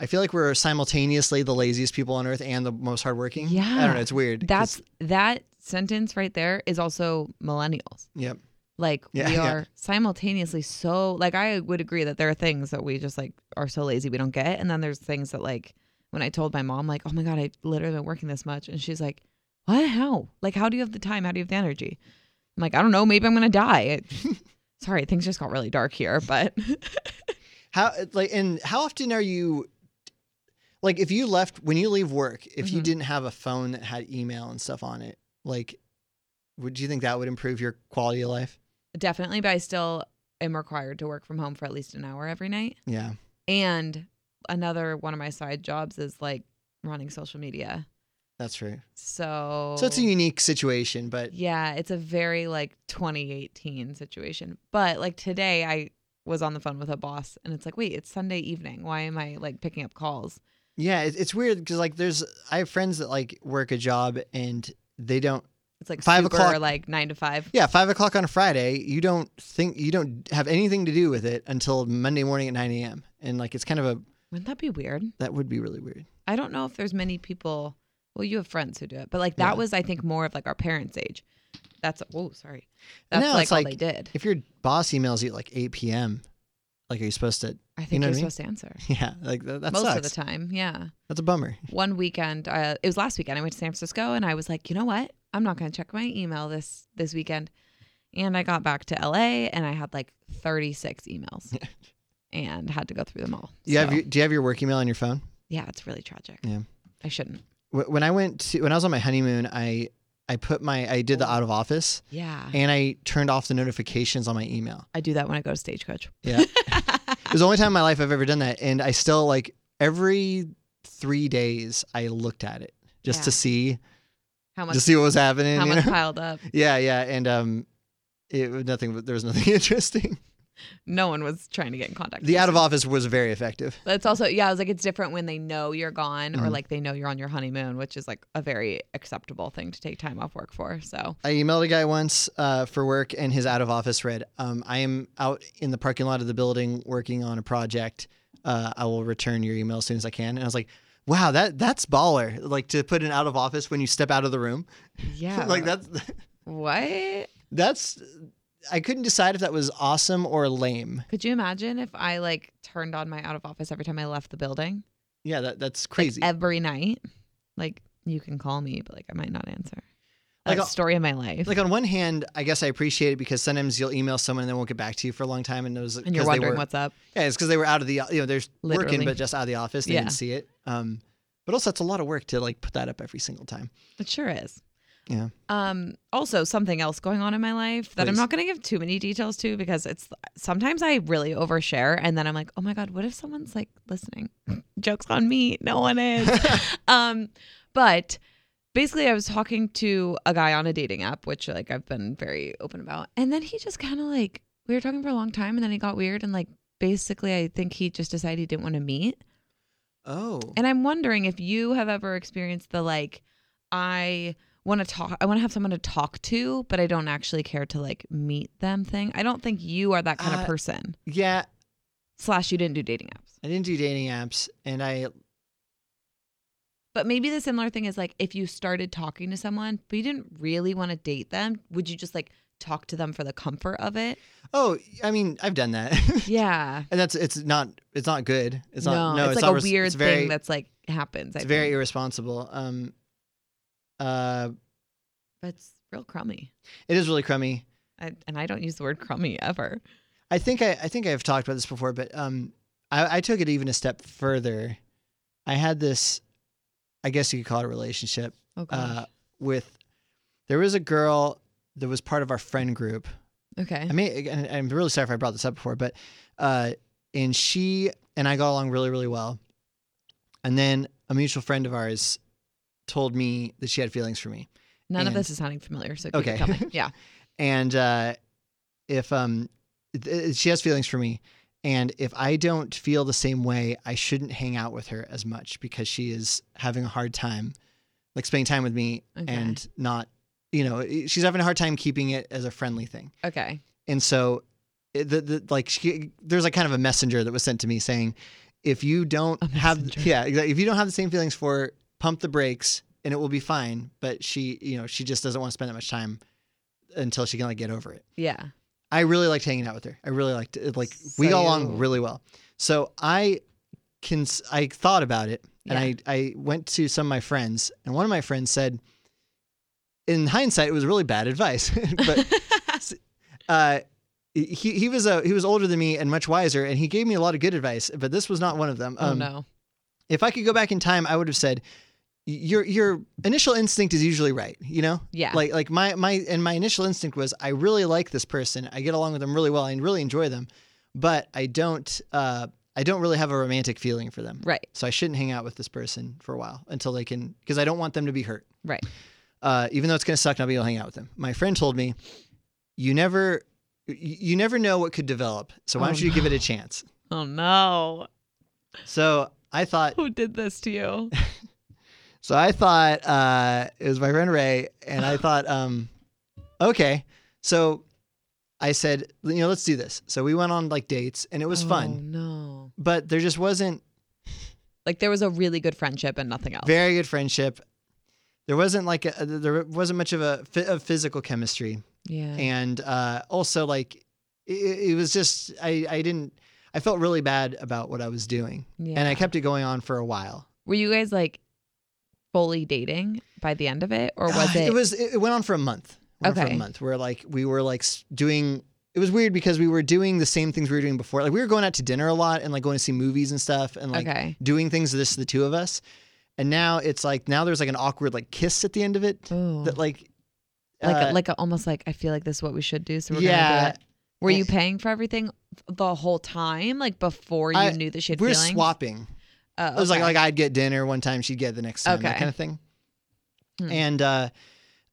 Speaker 1: I feel like we're simultaneously the laziest people on earth and the most hardworking. I
Speaker 2: Yeah.
Speaker 1: don't know. It's weird. 'cause-
Speaker 2: That's that sentence right there is also millennials.
Speaker 1: yep.
Speaker 2: Like
Speaker 1: Yeah,
Speaker 2: we
Speaker 1: yeah.
Speaker 2: are simultaneously so like I would agree that there are things that we just like are so lazy we don't get, and then there's things that like when I told my mom like oh my god I literally been working this much, and she's like what how like how do you have the time how do you have the energy? I'm like I don't know maybe I'm gonna die. It- Sorry things just got really dark here, but
Speaker 1: How like and how often are you like if you left when you leave work if you
Speaker 2: Mhm.
Speaker 1: didn't have a phone that had email and stuff on it like would you think that would improve your quality of life?
Speaker 2: definitely but I still am required to work from home for at least an hour every night.
Speaker 1: Yeah.
Speaker 2: And another one of my side jobs is like running social media.
Speaker 1: That's true.
Speaker 2: So
Speaker 1: So it's a unique situation, but
Speaker 2: Oh. yeah, it's a very like 2018 situation. But like today, I was on the phone with a boss, and it's like, wait, it's Sunday evening. Why am I like picking up calls?
Speaker 1: yeah, it, it's weird because like there's I have friends that like work a job and they don't
Speaker 2: It's like
Speaker 1: Five
Speaker 2: super,
Speaker 1: o'clock.
Speaker 2: like nine to five.
Speaker 1: Yeah, five o'clock on a Friday, you don't think you don't have anything to do with it until Monday morning at nine a.m. And like, it's kind of a
Speaker 2: Wouldn't that be weird?
Speaker 1: that would be really weird.
Speaker 2: I don't know if there's many people. Well, you have friends who do it, but like that
Speaker 1: Yeah.
Speaker 2: was, I think, more of like our parents' age. That's oh, sorry. That's
Speaker 1: No,
Speaker 2: like
Speaker 1: it's
Speaker 2: all
Speaker 1: like-
Speaker 2: they did.
Speaker 1: If your boss emails you at like eight p.m., like, are you supposed to?
Speaker 2: I think
Speaker 1: know
Speaker 2: you're
Speaker 1: what I mean?
Speaker 2: supposed to answer
Speaker 1: Yeah, like that, that
Speaker 2: most
Speaker 1: sucks.
Speaker 2: of the time. Yeah.
Speaker 1: That's a bummer.
Speaker 2: one weekend uh, it was last weekend i went to san francisco and i was like you know what i'm not going to check my email this this weekend and i got back to la and i had like 36 emails and had to go through them all
Speaker 1: You have
Speaker 2: So,
Speaker 1: your, do you have your work email on your phone?
Speaker 2: yeah it's really tragic
Speaker 1: Yeah.
Speaker 2: i shouldn't
Speaker 1: Wh- When I went to when I was on my honeymoon, I I put my I
Speaker 2: Oh.
Speaker 1: did the out of office
Speaker 2: yeah
Speaker 1: and I turned off the notifications on my email.
Speaker 2: i do that when i go to stagecoach
Speaker 1: Yeah. It
Speaker 2: Ah.
Speaker 1: was the only time in my life I've ever done that, and I still like every three days I looked at it just
Speaker 2: Yeah.
Speaker 1: to see
Speaker 2: how
Speaker 1: to
Speaker 2: much
Speaker 1: see what was happening.
Speaker 2: how
Speaker 1: you
Speaker 2: much
Speaker 1: know?
Speaker 2: piled up
Speaker 1: Yeah, yeah, and um, it was nothing. There was nothing interesting.
Speaker 2: no one was trying to get in contact with
Speaker 1: The out of
Speaker 2: me.
Speaker 1: office was very effective.
Speaker 2: that's also yeah i was like it's different when they know you're gone or
Speaker 1: Mhm.
Speaker 2: like they know you're on your honeymoon which is like a very acceptable thing to take time off work for so
Speaker 1: I emailed a guy once uh, for work, and his out of office read, um, "I am out in the parking lot of the building working on a project. Uh, I will return your email as soon as I can." And I was like. Wow, that that's baller! Like to put an out of office when you step out of the room,
Speaker 2: yeah
Speaker 1: like that's
Speaker 2: what
Speaker 1: That's I couldn't decide if that was awesome or lame.
Speaker 2: Could you imagine if I like turned on my out of office every time I left the building?
Speaker 1: Yeah, that that's
Speaker 2: Like,
Speaker 1: crazy.
Speaker 2: every night. Like you can call me, but like I might not answer.
Speaker 1: Like,
Speaker 2: Like
Speaker 1: uh,
Speaker 2: a story of my life.
Speaker 1: Like on one hand, I guess I appreciate it because sometimes you'll email someone and they won't get back to you for a long time, and it was
Speaker 2: and you're
Speaker 1: 'cause they
Speaker 2: wondering
Speaker 1: were,
Speaker 2: what's up.
Speaker 1: Yeah, it's because they were out of the you know they're working
Speaker 2: Literally.
Speaker 1: but just out of the office. They
Speaker 2: Yeah.
Speaker 1: didn't see it. Um, but also it's a lot of work to like put that up every single time.
Speaker 2: It sure is.
Speaker 1: Yeah.
Speaker 2: Um also something else going on in my life that I'm
Speaker 1: Please.
Speaker 2: not going to give too many details to because it's sometimes I really overshare and then I'm like, "Oh my god, what if someone's like listening?" Jokes on me. No one is. um but basically i was talking to a guy on a dating app which like i've been very open about and then he just kind of like we were talking for a long time and then he got weird and like basically, I think he just decided he didn't want to meet.
Speaker 1: Oh.
Speaker 2: And I'm wondering if you have ever experienced the like, I want to talk, I want to have someone to talk to, but I don't actually care to like meet them thing. I don't think you are that kind
Speaker 1: Uh,
Speaker 2: of person.
Speaker 1: yeah,
Speaker 2: Slash, you didn't do dating apps.
Speaker 1: I didn't do dating apps, and I
Speaker 2: But maybe the similar thing is like if you started talking to someone, but you didn't really want to date them, would you just like talk to them for the comfort of it?
Speaker 1: oh, I mean, I've done that,
Speaker 2: Yeah.
Speaker 1: and that's it's not it's not good. It's not
Speaker 2: no,
Speaker 1: no,
Speaker 2: it's, like
Speaker 1: not
Speaker 2: a
Speaker 1: res-
Speaker 2: weird
Speaker 1: it's very,
Speaker 2: thing that's like happens. I
Speaker 1: it's very
Speaker 2: think.
Speaker 1: irresponsible. Um, uh,
Speaker 2: but it's real crummy.
Speaker 1: it is really crummy.
Speaker 2: I, and I don't use the word crummy ever.
Speaker 1: I think I, I think I've talked about this before, but um, I, I took it even a step further. I had this, I guess you could call it a relationship
Speaker 2: Oh
Speaker 1: uh,
Speaker 2: gosh.
Speaker 1: with. There was a girl that was part of our friend group.
Speaker 2: okay.
Speaker 1: I mean, again, I'm really sorry if I brought this up before, but uh, and she and I got along really, really well. And then a mutual friend of ours told me that she had feelings for me.
Speaker 2: None of
Speaker 1: and-
Speaker 2: this is sounding familiar. So keep
Speaker 1: Okay.
Speaker 2: it coming. Yeah.
Speaker 1: and uh, if um th- she has feelings for me and if i don't feel the same way i shouldn't hang out with her as much because she is having a hard time like spending time with me
Speaker 2: Okay.
Speaker 1: and not you know she's having a hard time keeping it as a friendly thing
Speaker 2: Okay.
Speaker 1: and so it, the, the like she, there's like kind of a messenger that was sent to me saying if you don't
Speaker 2: A
Speaker 1: have
Speaker 2: messenger.
Speaker 1: yeah exactly. if you don't have the same feelings for her, pump the brakes and it will be fine but she you know she just doesn't want to spend that much time until she can like get over it
Speaker 2: Yeah.
Speaker 1: I really liked hanging out with her. I really liked it. Like we
Speaker 2: So
Speaker 1: got
Speaker 2: you-
Speaker 1: along really well. So I can I thought about it and I I went to some of my friends and one of my friends said in hindsight it was really bad advice. but uh he, he was a he was older than me and much wiser and he gave me a lot of good advice but this was not one of them. Um,
Speaker 2: oh no.
Speaker 1: If I could go back in time I would have said your your initial instinct is usually right, you know?
Speaker 2: Yeah.
Speaker 1: Like like my my and my initial instinct was I really like this person. I get along with them really well. I really enjoy them, but I don't uh I don't really have a romantic feeling for them.
Speaker 2: right.
Speaker 1: So I shouldn't hang out with this person for a while until they can because I don't want them to be hurt.
Speaker 2: Right.
Speaker 1: Uh, even though it's gonna suck, not be able to hang out with them. My friend told me, you never you- you never know what could develop. So why
Speaker 2: Oh,
Speaker 1: don't you give it
Speaker 2: no.
Speaker 1: a chance?
Speaker 2: Oh no.
Speaker 1: So I thought
Speaker 2: Who did this to you?
Speaker 1: So I thought uh, it was my friend Ray, and I thought, um, okay. So I said, you know, let's do this. So we went on like dates, and it was fun,
Speaker 2: Oh no.
Speaker 1: but there just wasn't
Speaker 2: Like there was a really good friendship and nothing else.
Speaker 1: very good friendship. There wasn't like a, uh, there wasn't much of a fi- of physical chemistry,
Speaker 2: yeah.
Speaker 1: and uh, also like it, it was just I I didn't I felt really bad about what I was doing,
Speaker 2: yeah.
Speaker 1: and I kept it going on for a while.
Speaker 2: Were you guys like fully dating by the end of it, or was
Speaker 1: Uh,
Speaker 2: it?
Speaker 1: was. It, it went on for a month. Went on For
Speaker 2: Okay.
Speaker 1: a month, where like we were like s- doing. It was weird because we were doing the same things we were doing before. Like we were going out to dinner a lot and like going to see movies and stuff and like
Speaker 2: okay.
Speaker 1: doing things this the two of us. And now it's like now there's like an awkward like kiss at the end of it
Speaker 2: Oh.
Speaker 1: that like
Speaker 2: like
Speaker 1: uh,
Speaker 2: a, like a, almost like I feel like this is what we should do. So we're
Speaker 1: Yeah.
Speaker 2: gonna do it. Were you
Speaker 1: Eh.
Speaker 2: paying for everything the whole time, like before you
Speaker 1: I-
Speaker 2: knew that she had
Speaker 1: we're
Speaker 2: feelings?
Speaker 1: swapping.
Speaker 2: Oh,
Speaker 1: It was like
Speaker 2: okay.
Speaker 1: like I'd get dinner one time, she'd get the next time, that
Speaker 2: Okay.
Speaker 1: kind of thing.
Speaker 2: Hmm.
Speaker 1: And uh,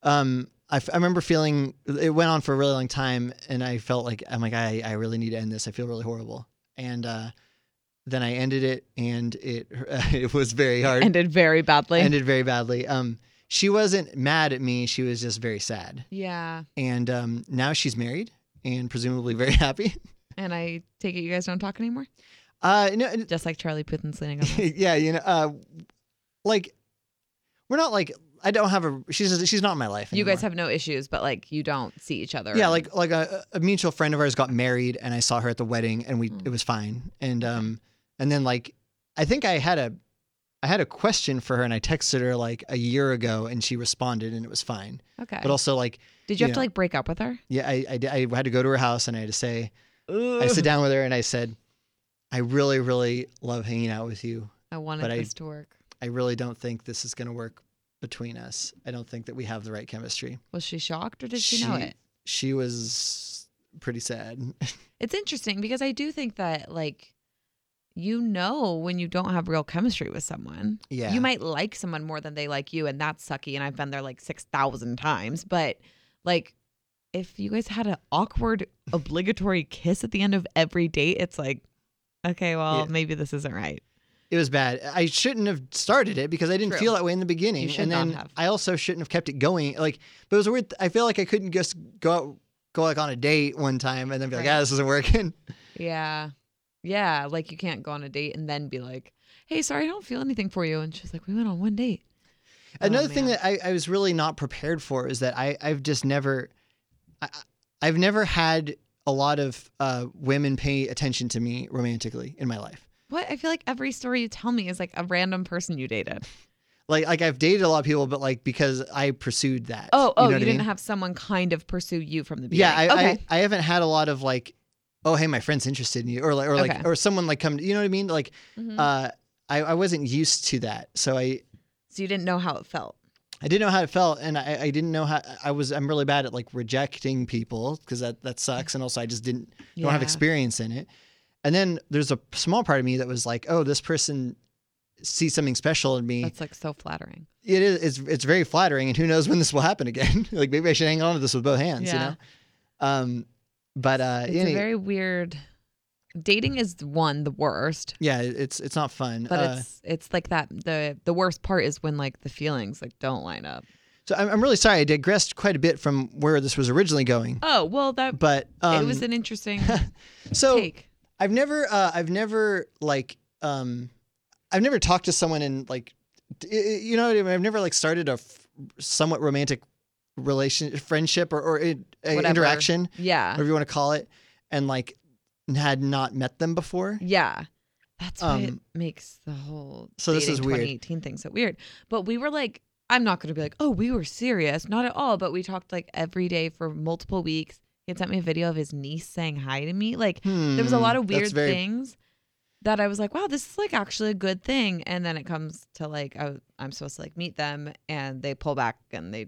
Speaker 1: um, I, f- I remember feeling it went on for a really long time, and I felt like I'm like I I really need to end this. I feel really horrible, and uh, then I ended it, and it it was very hard.
Speaker 2: ended very badly.
Speaker 1: ended very badly. Um, she wasn't mad at me; she was just very sad.
Speaker 2: yeah,
Speaker 1: And um, now she's married and presumably very happy.
Speaker 2: and I take it you guys don't talk anymore,
Speaker 1: Uh, no,
Speaker 2: just like Charlie Puth and Selena Gomez.
Speaker 1: yeah, you know, uh, like we're not like I don't have a she's she's not in my life.
Speaker 2: you guys
Speaker 1: anymore.
Speaker 2: have no issues, but like you don't see each other.
Speaker 1: yeah,
Speaker 2: and-
Speaker 1: like like a, a mutual friend of ours got married, and I saw her at the wedding, and we
Speaker 2: Mm.
Speaker 1: it was fine. And um, and then like I think I had a I had a question for her, and I texted her like a year ago, and she responded, and it was fine.
Speaker 2: okay.
Speaker 1: But also like
Speaker 2: Did you
Speaker 1: you
Speaker 2: have to
Speaker 1: know.
Speaker 2: like break up with her?
Speaker 1: yeah, I, I di- I had to go to her house, and I had to say I sit down with her, and I said. I really, really love hanging out with you.
Speaker 2: I wanted
Speaker 1: but I-
Speaker 2: this to work.
Speaker 1: I really don't think this is going to work between us. I don't think that we have the right chemistry.
Speaker 2: Was she shocked or did she, know it?
Speaker 1: She was pretty sad.
Speaker 2: It's interesting because I do think that like you know when you don't have real chemistry with someone.
Speaker 1: yeah.
Speaker 2: You might like someone more than they like you, and that's sucky. And I've been there like 6,000 times. But like, if you guys had an awkward, obligatory kiss at the end of every date, it's like, Okay, well,
Speaker 1: Yeah.
Speaker 2: maybe this isn't right.
Speaker 1: It was bad. I shouldn't have started it because I didn't
Speaker 2: True.
Speaker 1: feel that way in the beginning,
Speaker 2: You should
Speaker 1: and
Speaker 2: not
Speaker 1: then
Speaker 2: have.
Speaker 1: I also shouldn't have kept it going. Like, but it was a weird. I feel like I couldn't just go out, go like on a date one time and then be like,
Speaker 2: Right.
Speaker 1: ah, this isn't working.
Speaker 2: Yeah. Yeah. Like you can't go on a date and then be like, hey, sorry, I don't feel anything for you. And she's like, we went on one date. Oh,
Speaker 1: Another thing
Speaker 2: man.
Speaker 1: that I, I was really not prepared for is that I, I've just never, I, I've never had a lot of uh, women pay attention to me romantically in my life.
Speaker 2: What? I feel like every story you tell me is like a random person you dated.
Speaker 1: Like, like I've dated a lot of people, but like because I pursued that.
Speaker 2: Oh, oh,
Speaker 1: know
Speaker 2: you,
Speaker 1: what I
Speaker 2: didn't
Speaker 1: mean?
Speaker 2: have someone kind of pursue you from the
Speaker 1: Yeah,
Speaker 2: beginning.
Speaker 1: I,
Speaker 2: okay.
Speaker 1: I, I haven't had a lot of like, oh hey, my friend's interested in you, or like, or like,
Speaker 2: Okay.
Speaker 1: or someone like come, to, you know what I mean? Like,
Speaker 2: Mhm.
Speaker 1: uh, I, I wasn't used to that, so I,
Speaker 2: so you didn't know how it felt.
Speaker 1: I didn't know how it felt, and I, I didn't know how I was. I'm really bad at like rejecting people because that that sucks, and also I just didn't don't have
Speaker 2: Yeah.
Speaker 1: experience in it. And then there's a small part of me that was like, oh, this person sees something special in me.
Speaker 2: That's like so flattering.
Speaker 1: it is it's it's very flattering, and who knows when this will happen again? like maybe I should hang on to this with both hands,
Speaker 2: Yeah.
Speaker 1: you know. Um, but uh,
Speaker 2: It's
Speaker 1: yeah,
Speaker 2: a very weird. Dating is one the worst,
Speaker 1: yeah, it's it's not fun.
Speaker 2: but
Speaker 1: Uh,
Speaker 2: it's it's like that the the worst part is when like the feelings like don't line up.
Speaker 1: so I'm, I'm really sorry I digressed quite a bit from where this was originally going,
Speaker 2: Oh well, that
Speaker 1: but um, Oh.
Speaker 2: it was an interesting
Speaker 1: so.
Speaker 2: take.
Speaker 1: I've never, uh, I've never like, um, I've never talked to someone and like, d- i- i- you know, what I mean? I've never like started a f- somewhat romantic relation, friendship or, or i- a
Speaker 2: Whatever.
Speaker 1: interaction,
Speaker 2: Yeah,
Speaker 1: whatever you want to call it. And like had not met them before.
Speaker 2: Yeah. That's why it
Speaker 1: Um,
Speaker 2: makes the whole
Speaker 1: so this
Speaker 2: dating
Speaker 1: is weird.
Speaker 2: 2018 thing so weird. But we were like, I'm not going to be like, oh, we were serious, not at all. But we talked like every day for multiple weeks. He had sent me a video of his niece saying hi to me. Like there was a lot of
Speaker 1: Hmm, that's
Speaker 2: weird
Speaker 1: very-
Speaker 2: things that I was like, wow, this is like actually a good thing. And then it comes to like, I, I'm supposed to like meet them, and they pull back and they.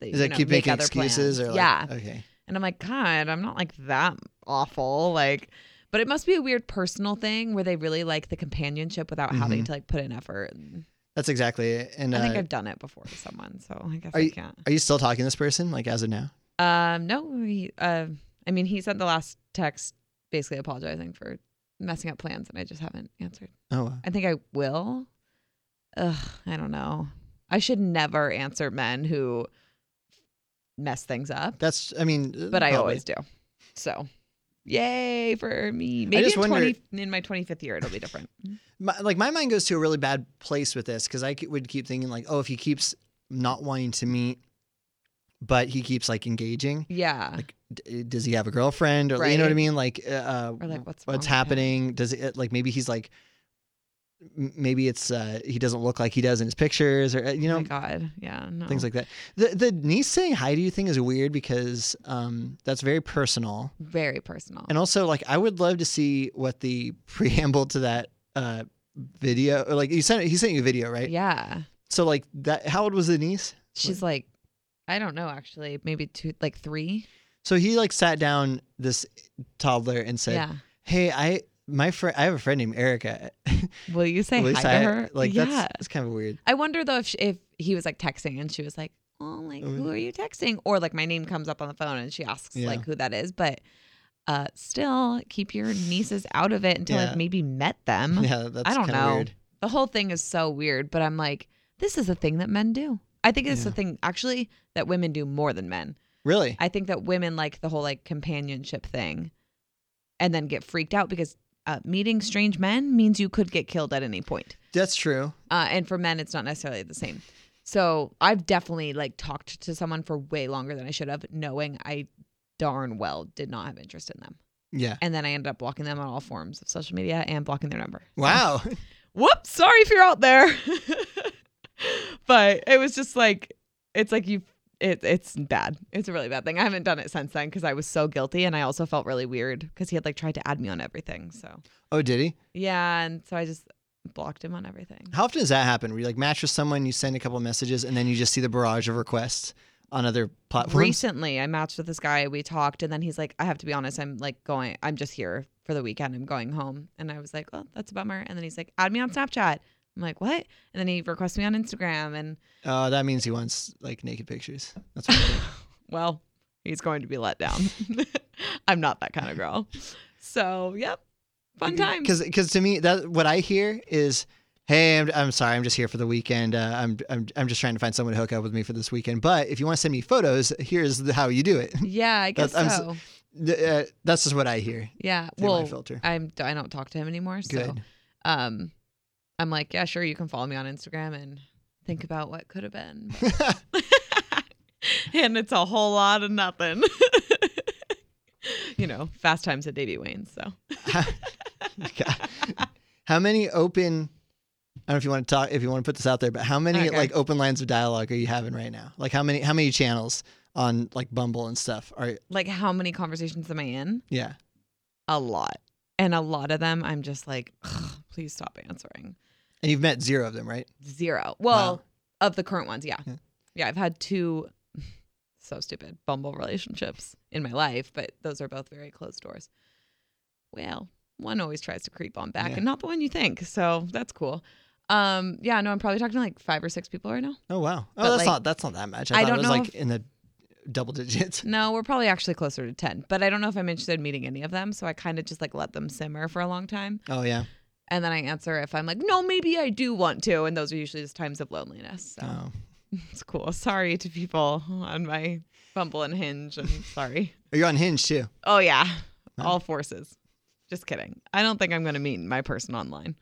Speaker 2: They,
Speaker 1: Does
Speaker 2: you
Speaker 1: that
Speaker 2: know,
Speaker 1: keep
Speaker 2: make
Speaker 1: making
Speaker 2: other
Speaker 1: excuses
Speaker 2: plans.
Speaker 1: or like, uh
Speaker 2: yeah,
Speaker 1: Okay.
Speaker 2: and I'm like, God, I'm not like that awful. Like, but it must be a weird personal thing where they really like the companionship without having
Speaker 1: Mhm.
Speaker 2: to like put in effort. And
Speaker 1: That's exactly it. And uh,
Speaker 2: I think I've done it before with someone, so I guess
Speaker 1: Are
Speaker 2: I
Speaker 1: you-
Speaker 2: can't.
Speaker 1: are you still talking to this person? Like as of now?
Speaker 2: Um, no, he, uh, I mean, he sent the last text basically apologizing for messing up plans, and I just haven't answered.
Speaker 1: Oh, wow.
Speaker 2: I think I will. Ugh, I don't know. I should never answer men who mess things up.
Speaker 1: that's, I mean, uh,
Speaker 2: but I
Speaker 1: probably.
Speaker 2: always do. So, yay for me. Maybe
Speaker 1: just
Speaker 2: in,
Speaker 1: wonder-
Speaker 2: 20, in my 25th year, it'll be different.
Speaker 1: my, like my mind goes to a really bad place with this because I ke- would keep thinking like, oh, if he keeps not wanting to meet, but he keeps like engaging,
Speaker 2: yeah.
Speaker 1: like, d- does he have a girlfriend or you know what I
Speaker 2: Right.
Speaker 1: mean? Like, uh, uh,
Speaker 2: or like, what's, wrong
Speaker 1: what's
Speaker 2: with him?
Speaker 1: happening? Does it like maybe he's like, m- maybe it's uh, he doesn't look like he does in his pictures or uh, you
Speaker 2: Oh
Speaker 1: know
Speaker 2: my God. Yeah. No.
Speaker 1: things like that. The the niece saying hi to you thing is weird because um, that's very personal.
Speaker 2: Very personal.
Speaker 1: And also, like, I would love to see what the preamble to that uh, video, or, like, you sent he sent you a video, right?
Speaker 2: yeah.
Speaker 1: So, like, that how old was the niece?
Speaker 2: She's like, I don't know, actually, maybe two, like three.
Speaker 1: So he like sat down this toddler and said,
Speaker 2: yeah.
Speaker 1: "Hey, I my friend, I have a friend named Erica.
Speaker 2: Will you say
Speaker 1: Will
Speaker 2: hi
Speaker 1: you
Speaker 2: to
Speaker 1: say hi?"
Speaker 2: her?
Speaker 1: Like,
Speaker 2: yeah.
Speaker 1: that's that's kind of weird.
Speaker 2: I wonder though if she, if he was like texting and she was like, "Oh, like
Speaker 1: Oh, yeah.
Speaker 2: who are you texting?" Or like my name comes up on the phone and she asks
Speaker 1: Yeah.
Speaker 2: like who that is. But uh, still, keep your nieces out of it until
Speaker 1: Yeah.
Speaker 2: I've maybe met them.
Speaker 1: Yeah, that's
Speaker 2: Hmm? I don't
Speaker 1: kinda
Speaker 2: know.
Speaker 1: Weird.
Speaker 2: The whole thing is so weird. But I'm like, this is a thing that men do. I think it's a
Speaker 1: Yeah.
Speaker 2: thing actually that women do more than men.
Speaker 1: Really?
Speaker 2: I think that women like the whole like companionship thing, and then get freaked out because uh, meeting strange men means you could get killed at any point
Speaker 1: that's true.
Speaker 2: uh, and for men it's not necessarily the same so i've definitely like talked to someone for way longer than i should have knowing i darn well did not have interest in them
Speaker 1: Yeah.
Speaker 2: and then i ended up blocking them on all forms of social media and blocking their number
Speaker 1: Wow.
Speaker 2: whoops sorry if you're out there but it was just like it's like you it, it's bad it's a really bad thing i haven't done it since then because i was so guilty and i also felt really weird because he had like tried to add me on everything so
Speaker 1: oh, did he?
Speaker 2: yeah and so i just blocked him on everything
Speaker 1: How often does that happen? Where you like match with someone, you send a couple messages, and then you just see the barrage of requests on other platforms.
Speaker 2: recently i matched with this guy we talked and then he's like i have to be honest i'm like going i'm just here for the weekend i'm going home and i was like oh that's a bummer and then he's like add me on snapchat i'm like what and then he requests me on instagram and
Speaker 1: Oh, that means he wants like naked pictures. That's what I think.
Speaker 2: well he's going to be let down i'm not that kind of girl so yep Fun times.
Speaker 1: Because to me that what I hear is, hey, I'm, I'm sorry, I'm just here for the weekend. Uh, I'm, I'm I'm just trying to find someone to hook up with me for this weekend. But if you want to send me photos, here's the, how you do it.
Speaker 2: Yeah, I guess
Speaker 1: That's- I'm s-
Speaker 2: so.
Speaker 1: The, uh, that's just what I hear.
Speaker 2: Yeah.
Speaker 1: through my
Speaker 2: Well,
Speaker 1: filter.
Speaker 2: I'm I don't talk to him anymore. So,
Speaker 1: Good.
Speaker 2: um, I'm like, yeah, sure, you can follow me on Instagram and think about what could have been. and it's a whole lot of nothing. you know, fast times at Davy Wayne. So
Speaker 1: how many open? I don't know if you want to talk, if you want to put this out there, but how many
Speaker 2: Okay.
Speaker 1: like open lines of dialogue are you having right now? Like how many how many channels on like Bumble and stuff? Are
Speaker 2: like how many conversations am I in?
Speaker 1: yeah
Speaker 2: A lot. And a lot of them I'm just like, "Ugh, please stop answering.
Speaker 1: and you've met zero of them, right?
Speaker 2: Zero. Well,
Speaker 1: Wow.
Speaker 2: of the current ones, yeah.
Speaker 1: Yeah.
Speaker 2: Yeah, I've had two so stupid bumble relationships in my life, but those are both very closed doors. Well, one always tries to creep on back
Speaker 1: Yeah.
Speaker 2: and not the one you think. So that's cool. Um, yeah, no, I'm probably talking to like five or six people right now.
Speaker 1: Oh wow. Oh,
Speaker 2: But,
Speaker 1: that's
Speaker 2: like,
Speaker 1: not that's not that much. I,
Speaker 2: I
Speaker 1: thought
Speaker 2: don't
Speaker 1: it was
Speaker 2: know
Speaker 1: like
Speaker 2: if-
Speaker 1: in the double digits.
Speaker 2: No, we're probably actually closer to 10, but I don't know if I'm interested in meeting any of them. So I kind of just like let them simmer for a long time.
Speaker 1: Oh yeah.
Speaker 2: And then I answer if I'm like, no, maybe I do want to. And those are usually just times of loneliness. So
Speaker 1: Oh.
Speaker 2: it's cool. Sorry to people on my Bumble and Hinge. I'm sorry.
Speaker 1: Are you on Hinge too?
Speaker 2: Oh, yeah.
Speaker 1: Huh?
Speaker 2: All forces. Just kidding. I don't think I'm going to meet my person online.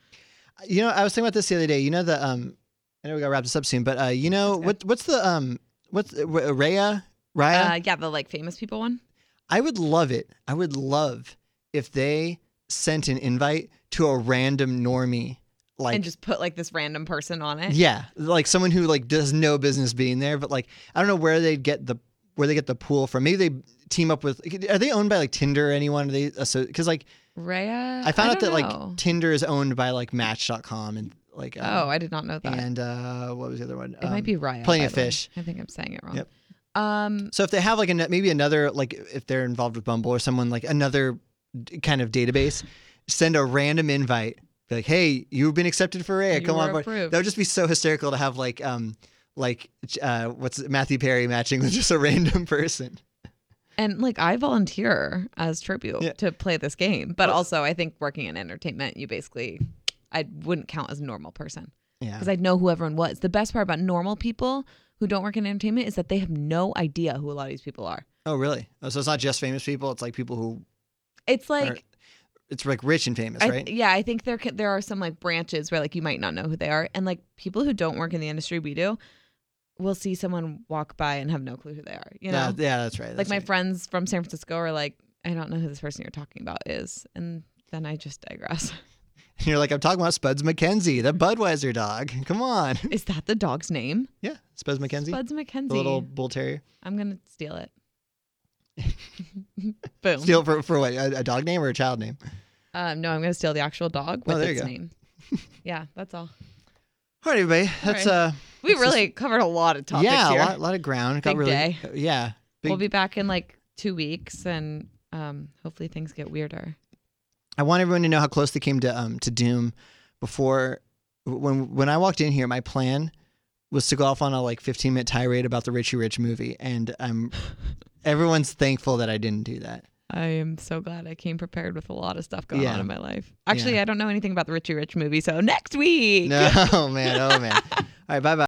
Speaker 1: You know, I was thinking about this the other day. You know the um, I know we got to wrap this up soon, but uh, you know
Speaker 2: good.
Speaker 1: what what's the um, what's uh, Rhea Raya? Raya?
Speaker 2: Uh, yeah, the like famous people one.
Speaker 1: I would love it. I would love if they sent an invite to a random normie, like
Speaker 2: and just put like this random person on it.
Speaker 1: yeah, like someone who like does no business being there, but like I don't know where they get the where they get the pool from. Maybe they team up with. Are they owned by like Tinder or anyone? Are they because like
Speaker 2: Raya.
Speaker 1: I found out that
Speaker 2: Uh, don't know.
Speaker 1: like Tinder is owned by like Match.com and like um,
Speaker 2: Oh, I did not know that.
Speaker 1: and uh, what was the other one?
Speaker 2: it might be Raya.
Speaker 1: Plenty
Speaker 2: by
Speaker 1: of
Speaker 2: the way.
Speaker 1: Fish.
Speaker 2: I think I'm saying it wrong.
Speaker 1: Yep.
Speaker 2: Um,
Speaker 1: So if they have like an, maybe another like if they're involved with Bumble or someone like another d- kind of database, send a random invite. Be like, hey, you've been accepted for Raya.
Speaker 2: You
Speaker 1: Come on
Speaker 2: were
Speaker 1: board.
Speaker 2: approved.
Speaker 1: That would just be so hysterical to have like um like uh what's it, Matthew Perry matching with just a random person.
Speaker 2: and like I volunteer as tribute
Speaker 1: Yeah.
Speaker 2: to play this game, but
Speaker 1: Well-
Speaker 2: also I think working in entertainment, you basically, I wouldn't count as a normal person
Speaker 1: Yeah.
Speaker 2: because I'd know who everyone was. The best part about normal people who don't work in entertainment is that they have no idea who a lot of these people are.
Speaker 1: Oh really? Oh, so it's not just famous people. It's like people who
Speaker 2: It's like.
Speaker 1: Or- it's like rich and famous,
Speaker 2: I,
Speaker 1: right?
Speaker 2: Yeah, I think there ca- there are some like branches where like you might not know who they are, and like people who don't work in the industry we do, will see someone walk by and have no clue who they are. You know,
Speaker 1: No, yeah, that's right.
Speaker 2: like
Speaker 1: that's
Speaker 2: my
Speaker 1: right.
Speaker 2: friends from San Francisco are like, I don't know who this person you're talking about is, and then I just digress.
Speaker 1: You're like, I'm talking about Spuds McKenzie, the Budweiser dog. Come on.
Speaker 2: is that the dog's name?
Speaker 1: Yeah, Spuds McKenzie,
Speaker 2: Buds
Speaker 1: the
Speaker 2: McKenzie.
Speaker 1: little bull terrier.
Speaker 2: I'm gonna steal it. Boom.
Speaker 1: Steal for for what? A, a dog name or a child name?
Speaker 2: Um, no, I'm gonna steal the actual dog
Speaker 1: Oh,
Speaker 2: with
Speaker 1: there you
Speaker 2: its
Speaker 1: go.
Speaker 2: name. yeah, that's all.
Speaker 1: All right, everybody. That's
Speaker 2: right.
Speaker 1: uh,
Speaker 2: We
Speaker 1: It's
Speaker 2: really covered a lot of topics
Speaker 1: yeah,
Speaker 2: here.
Speaker 1: a lot, lot of ground. Got
Speaker 2: Big
Speaker 1: really,
Speaker 2: day.
Speaker 1: Yeah, big,
Speaker 2: We'll be back in like two weeks, and um, hopefully things get weirder.
Speaker 1: I want everyone to know how close they came to um to Doom before when when I walked in here. My plan was to go off on a like 15 minute tirade about the Richie Rich movie, and I'm everyone's thankful that I didn't do that.
Speaker 2: I am so glad I came prepared with a lot of stuff going
Speaker 1: Yeah.
Speaker 2: on in my life. Actually,
Speaker 1: Yeah.
Speaker 2: I don't know anything about the Richie Rich movie, so next week.
Speaker 1: No man, oh man. All right, bye bye.